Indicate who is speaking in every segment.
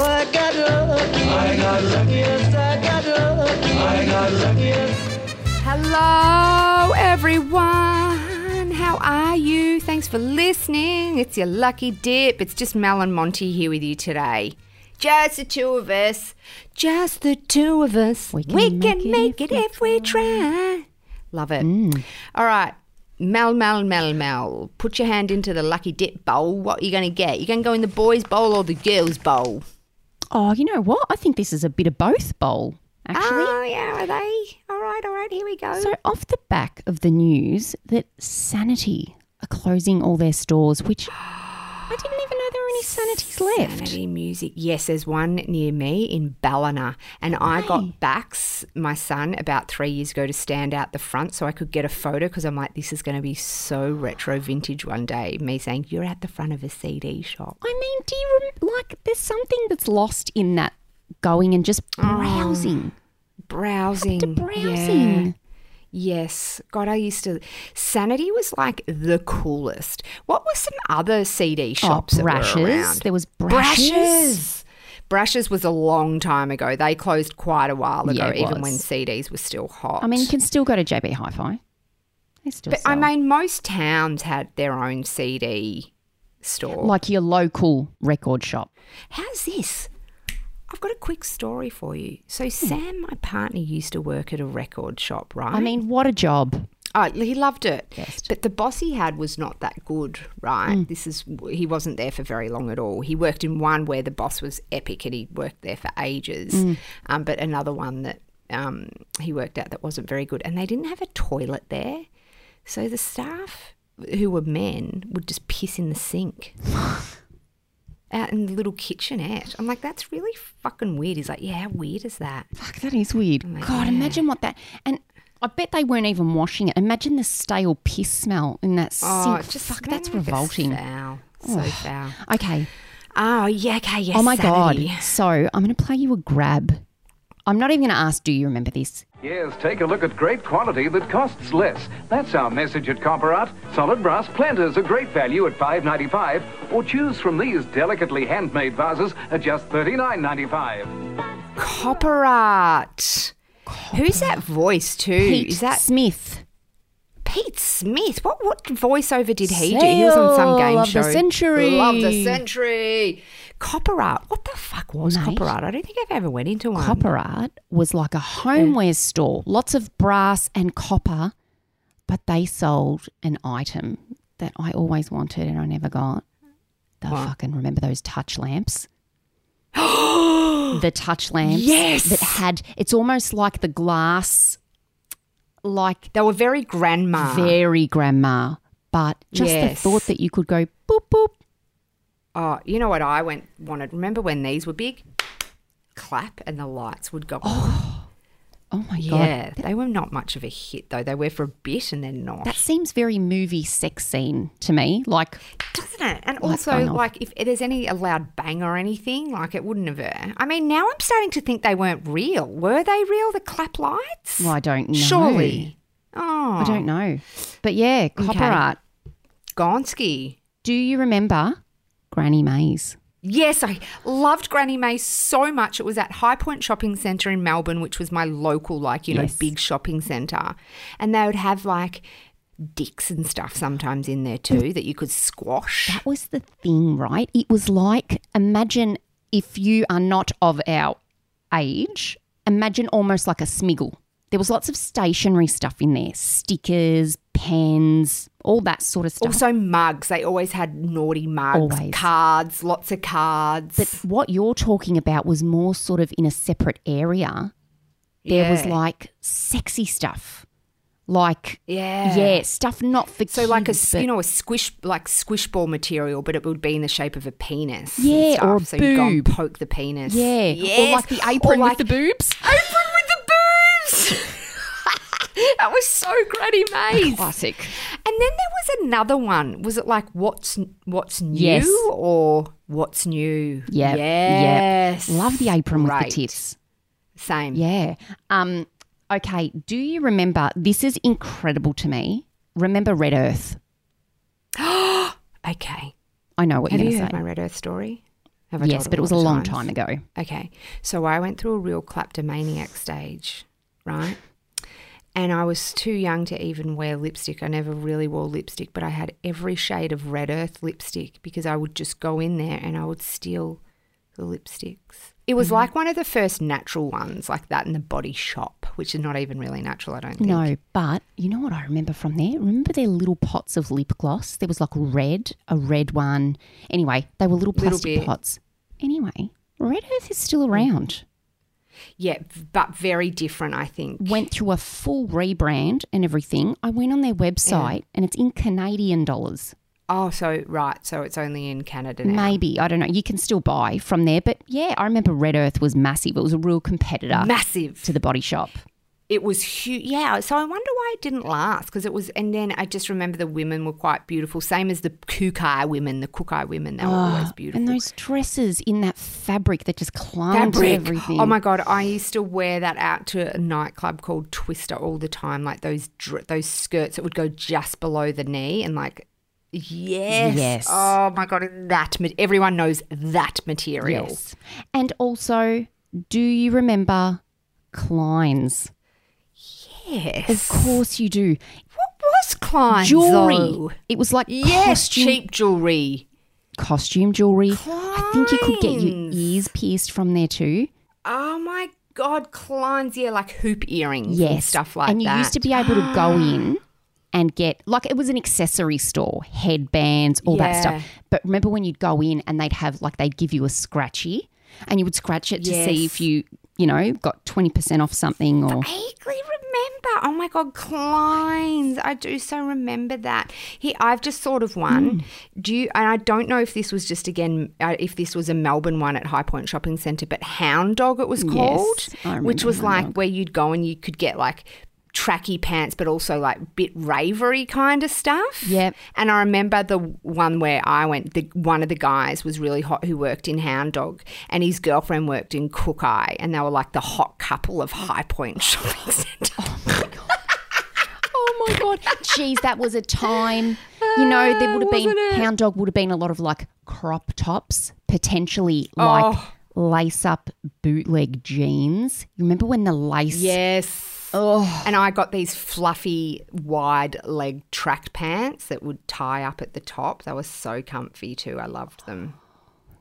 Speaker 1: I got lucky. I got lucky. Yes, I got lucky. I got lucky. Yes.
Speaker 2: Hello, everyone. How are you? Thanks for listening. It's your lucky dip. It's just Mel and Monty here with you today. Just the two of us. Just the two of us. We can, make, it, if we try. Mm. Love it. All right. Mel, Mel, Mel, Mel. Put your hand into the lucky dip bowl. What are you going to get? You going to go in the boys' bowl or the girls' bowl?
Speaker 3: Oh, you know what? I think this is a bit of both bowl, actually.
Speaker 2: Oh, yeah, are they? All right, all right, here we go.
Speaker 3: So, off the back of the news that Sanity are closing all their stores, which I didn't even know there were any Sanities left.
Speaker 2: Sanity music. Yes, there's one near me in Ballina. And I got Bax, my son, about three years ago to stand out the front so I could get a photo because I'm like, this is going to be so retro vintage one day. Me saying, you're at the front of a CD shop.
Speaker 3: I mean, do you rem- like? There's something that's lost in that going and just
Speaker 2: Mm.
Speaker 3: browsing,
Speaker 2: Browsing.
Speaker 3: browsing.
Speaker 2: Yeah. Yes. God, I used to. Sanity was like the coolest. What were some other CD shops? that were
Speaker 3: brushes.
Speaker 2: around?
Speaker 3: Oh, There was brushes.
Speaker 2: Brushes. Brushes was a long time ago. They closed quite a while ago,
Speaker 3: Yeah, it
Speaker 2: even when
Speaker 3: was.
Speaker 2: CDs were still hot.
Speaker 3: I mean, you can still go to JB Hi-Fi. They still
Speaker 2: but I
Speaker 3: sell.
Speaker 2: mean, most towns had their own CD store.
Speaker 3: like your local record shop.
Speaker 2: How's this? I've got a quick story for you. So Sam, my partner, used to work at a record shop, right?
Speaker 3: Hmm. I mean, what a job!
Speaker 2: Oh, he loved it.
Speaker 3: Best.
Speaker 2: But the boss he had was not that good, right?
Speaker 3: Hmm.
Speaker 2: This is he wasn't there for very long at all. He worked in one where the boss was epic, and he worked there for ages.
Speaker 3: Hmm.
Speaker 2: Um, but another one that um, he worked at that wasn't very good, and they didn't have a toilet there, so the staff who were men would just piss in the sink. Out in the little kitchenette. I'm like, that's really fucking weird. He's like, yeah, how weird is that?
Speaker 3: Fuck, that is weird.
Speaker 2: Oh
Speaker 3: God, imagine what that and. I bet they weren't even washing it. Imagine the stale piss smell in that sink.
Speaker 2: Oh, it just
Speaker 3: Fuck,
Speaker 2: smelled
Speaker 3: that's
Speaker 2: like a
Speaker 3: revolting.
Speaker 2: Foul. So foul.
Speaker 3: Okay,
Speaker 2: Oh, yeah, okay, yes.
Speaker 3: Oh my
Speaker 2: Sanity.
Speaker 3: god. So I'm gonna play you a grab. I'm not even gonna ask, do you remember this?
Speaker 4: Yes, take a look at great quality that costs less. That's our message at Copperat. Solid brass planters are great value at $5.95, or choose from these delicately handmade vases at just $39.95.
Speaker 2: Copper art. Who's that voice too?
Speaker 3: Pete
Speaker 2: Is that
Speaker 3: Smith?
Speaker 2: Pete Smith? What what voiceover did he do? He was on some
Speaker 3: Sale
Speaker 2: game
Speaker 3: of
Speaker 2: show.
Speaker 3: the century.
Speaker 2: Love the century. Copper art. What the fuck was
Speaker 3: Mate.
Speaker 2: copper art? I don't think I've ever went into one.
Speaker 3: Copper Art was like a homeware store. Lots of brass and copper, but they sold an item that I always wanted and I never got. The fucking remember those touch lamps? the touch lamps
Speaker 2: Yes.
Speaker 3: that had it's almost like the glass like
Speaker 2: They were very grandma.
Speaker 3: very grandma, but just
Speaker 2: Ah. Yes.
Speaker 3: the thought that you could go boop boop.
Speaker 2: Oh, you know what I went wanted? Remember when these were big? Clap and the lights would go. Oh,
Speaker 3: Oh my god,
Speaker 2: yeah, they were not much of a hit though. They were for a bit and then not.
Speaker 3: that seems very movie sex scene to me. Like
Speaker 2: doesn't it? And
Speaker 3: Like,
Speaker 2: also,
Speaker 3: going off.
Speaker 2: like, if there's any allowed bang or anything, like, it wouldn't have. I mean, now I'm starting to think they weren't real. Were they real? The clap lights?
Speaker 3: well, I don't know.
Speaker 2: Surely. Oh,
Speaker 3: I don't know. But yeah, copper
Speaker 2: Okay.
Speaker 3: art.
Speaker 2: Gonski.
Speaker 3: Do you remember Granny Mays?
Speaker 2: Yes, I loved Granny May so much. It was at High Point Shopping Centre in Melbourne, which was my local, like, you know,
Speaker 3: Yes.
Speaker 2: big shopping centre. And they would have, like, dicks and stuff sometimes in there too that you could squash.
Speaker 3: That was the thing, right? It was like imagine if you are not of our age, imagine almost like a smiggle. There was lots of stationery stuff in there, stickers, pens, all that sort of stuff.
Speaker 2: Also, mugs. They always had naughty mugs,
Speaker 3: Always.
Speaker 2: cards, lots of cards.
Speaker 3: But what you're talking about was more sort of in a separate area. There was
Speaker 2: Yeah.
Speaker 3: like sexy stuff, like
Speaker 2: yeah,
Speaker 3: yeah, stuff not for
Speaker 2: So like a
Speaker 3: kids,
Speaker 2: s-
Speaker 3: but-
Speaker 2: you know a squish like squish ball material, but it would be in the shape of a penis. and
Speaker 3: Yeah,
Speaker 2: stuff.
Speaker 3: or a
Speaker 2: so you'd go and
Speaker 3: boob.
Speaker 2: poke the penis.
Speaker 3: yeah,
Speaker 2: yes.
Speaker 3: or like the apron
Speaker 2: like
Speaker 3: with the boobs.
Speaker 2: apron with the boobs. that was so Granny Mays.
Speaker 3: Classic.
Speaker 2: And then there was another one. Was it like what's what's new
Speaker 3: Yes.
Speaker 2: or what's new?
Speaker 3: Yep, yep.
Speaker 2: Yes.
Speaker 3: Love the apron
Speaker 2: Great.
Speaker 3: with the tits.
Speaker 2: Same.
Speaker 3: Yeah. Um. Okay. Do you remember? This is incredible to me. Remember Red Earth?
Speaker 2: Okay.
Speaker 3: I know what
Speaker 2: Have
Speaker 3: you're
Speaker 2: you
Speaker 3: going
Speaker 2: heard
Speaker 3: to say.
Speaker 2: my Red Earth story? Have I told
Speaker 3: yes,
Speaker 2: it
Speaker 3: but it
Speaker 2: all
Speaker 3: was
Speaker 2: the
Speaker 3: a long
Speaker 2: times?
Speaker 3: time ago.
Speaker 2: Okay. So I went through a real kleptomaniac stage, right? And I was too young to even wear lipstick. I never really wore lipstick, but I had every shade of red earth lipstick because I would just go in there and I would steal the lipsticks. It
Speaker 3: Mm.
Speaker 2: was like one of the first natural ones, like that in the body shop, which is not even really natural, I don't think.
Speaker 3: No, but you know what I remember from there? Remember their little pots of lip gloss? There was like red, a red one. Anyway, they were little
Speaker 2: Little
Speaker 3: plastic
Speaker 2: bit.
Speaker 3: pots. Anyway, Red Earth is still around.
Speaker 2: Yeah, but very different, I think.
Speaker 3: Went through a full rebrand and everything. I went on their website and it's in Canadian dollars.
Speaker 2: Oh, so right. So it's only in Canada now.
Speaker 3: Maybe, I don't know. You can still buy from there. But yeah, I remember Red Earth was massive. It was a real competitor
Speaker 2: Massive.
Speaker 3: to the body shop.
Speaker 2: it was huge. Yeah, so I wonder why it didn't last because it was. And then I just remember the women were quite beautiful, same as the Kukai women, the Kukai women. They were always Oh, beautiful.
Speaker 3: Ah, And those dresses in that fabric that just climbed to
Speaker 2: fabric.
Speaker 3: everything.
Speaker 2: Oh my god, I used to wear that out to a nightclub called Twister all the time. Like those dr- those skirts that would go just below the knee and like. Yes.
Speaker 3: Yes.
Speaker 2: Oh my god, that ma- everyone knows that material.
Speaker 3: Yes. And also, do you remember Klein's?
Speaker 2: Yes.
Speaker 3: Of course you do.
Speaker 2: What was Klein
Speaker 3: Jewelry.
Speaker 2: Though?
Speaker 3: It was like
Speaker 2: Yes,
Speaker 3: costume,
Speaker 2: oh. cheap jewelry.
Speaker 3: costume jewelry. I think you could get your
Speaker 2: Klein's.
Speaker 3: ears pierced from there too.
Speaker 2: Oh my God, Klein's yeah, like hoop earrings and
Speaker 3: Yes.
Speaker 2: stuff like
Speaker 3: And
Speaker 2: that.
Speaker 3: you used to be able to go in and get, like, it was an accessory store, headbands, all that
Speaker 2: Yeah.
Speaker 3: stuff. But remember when you'd go in and they'd have, like, they'd give you a scratchy and you would scratch it to see
Speaker 2: Yes.
Speaker 3: if you, you know, got 20% off something or.
Speaker 2: vaguely remember. Oh my God, Klein's. I do so remember that. He, I've just thought of
Speaker 3: Hmm.
Speaker 2: one. Do you, and I don't know if this was just again, uh, if this was a Melbourne one at High Point Shopping Centre, but Hound Dog it was called,
Speaker 3: I remember
Speaker 2: which was
Speaker 3: Hound
Speaker 2: like where you'd go and you could get like tracky pants, but also like bit ravery kind of stuff.
Speaker 3: Yep.
Speaker 2: And I remember the one where I went, the, one of the guys was really hot who worked in Hound Dog and his girlfriend worked in Cook Eye and they were like the hot couple of High Point Shopping Centre.
Speaker 3: Oh my god! Jeez, that was a time. You know, there would have been hound dog would have been a lot of like crop tops, potentially like
Speaker 2: Oh.
Speaker 3: lace up bootleg jeans. You remember when the lace?
Speaker 2: yes.
Speaker 3: Oh,
Speaker 2: And I got these fluffy, wide leg track pants that would tie up at the top. They were so comfy too. I loved them.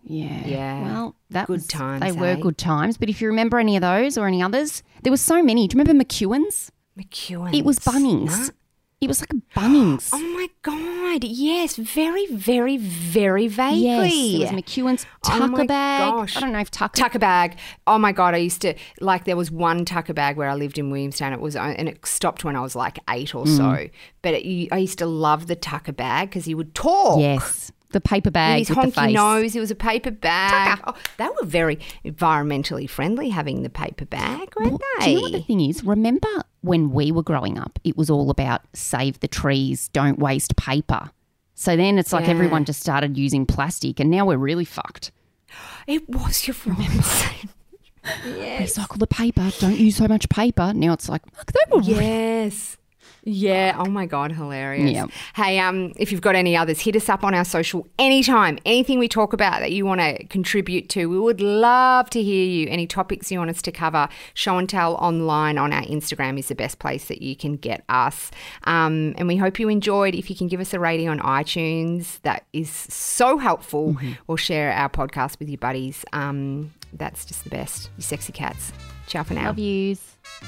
Speaker 3: yeah,
Speaker 2: Yeah.
Speaker 3: Well, that
Speaker 2: Good
Speaker 3: was,
Speaker 2: times,
Speaker 3: They were
Speaker 2: eh?
Speaker 3: good times. But if you remember any of those or any others, there were so many. Do you remember McEwen's?
Speaker 2: McEwen.
Speaker 3: It was Bunnings. It was like a Bunnings.
Speaker 2: Oh my God. Yes. Very, very, very vaguely.
Speaker 3: yes, it was McEwen's
Speaker 2: Oh
Speaker 3: Tucker
Speaker 2: my
Speaker 3: bag.
Speaker 2: gosh.
Speaker 3: I don't know if Tucker.
Speaker 2: tucker bag. Oh my god, I used to like there was one tucker bag where I lived in Williamstown. It was uh, and it stopped when I was like eight or
Speaker 3: Mm.
Speaker 2: so. But it, I used to love the tucker bag because he would talk.
Speaker 3: yes, the paper bag
Speaker 2: With his
Speaker 3: with the
Speaker 2: honky
Speaker 3: face.
Speaker 2: nose, it was a paper bag. Oh, they were very environmentally friendly having the paper bag, weren't
Speaker 3: Do
Speaker 2: they?
Speaker 3: you know what the thing is? Remember when we were growing up, it was all about save the trees, don't waste paper. So then it's like
Speaker 2: Yeah.
Speaker 3: everyone just started using plastic, and now we're really fucked.
Speaker 2: It was your friend.
Speaker 3: Recycle the paper, don't use so much paper. Now it's like, fuck, they were re-
Speaker 2: Yes. Yeah. Oh my God. Hilarious.
Speaker 3: Yeah.
Speaker 2: Hey, um, if you've got any others, hit us up on our social anytime. Anything we talk about that you want to contribute to, we would love to hear you. Any topics you want us to cover, show and tell online on our Instagram is the best place that you can get us. Um, and we hope you enjoyed. If you can give us a rating on iTunes, that is so helpful. Or share our podcast with your buddies. Um, that's just the best. You sexy cats. Ciao for now.
Speaker 3: love yous.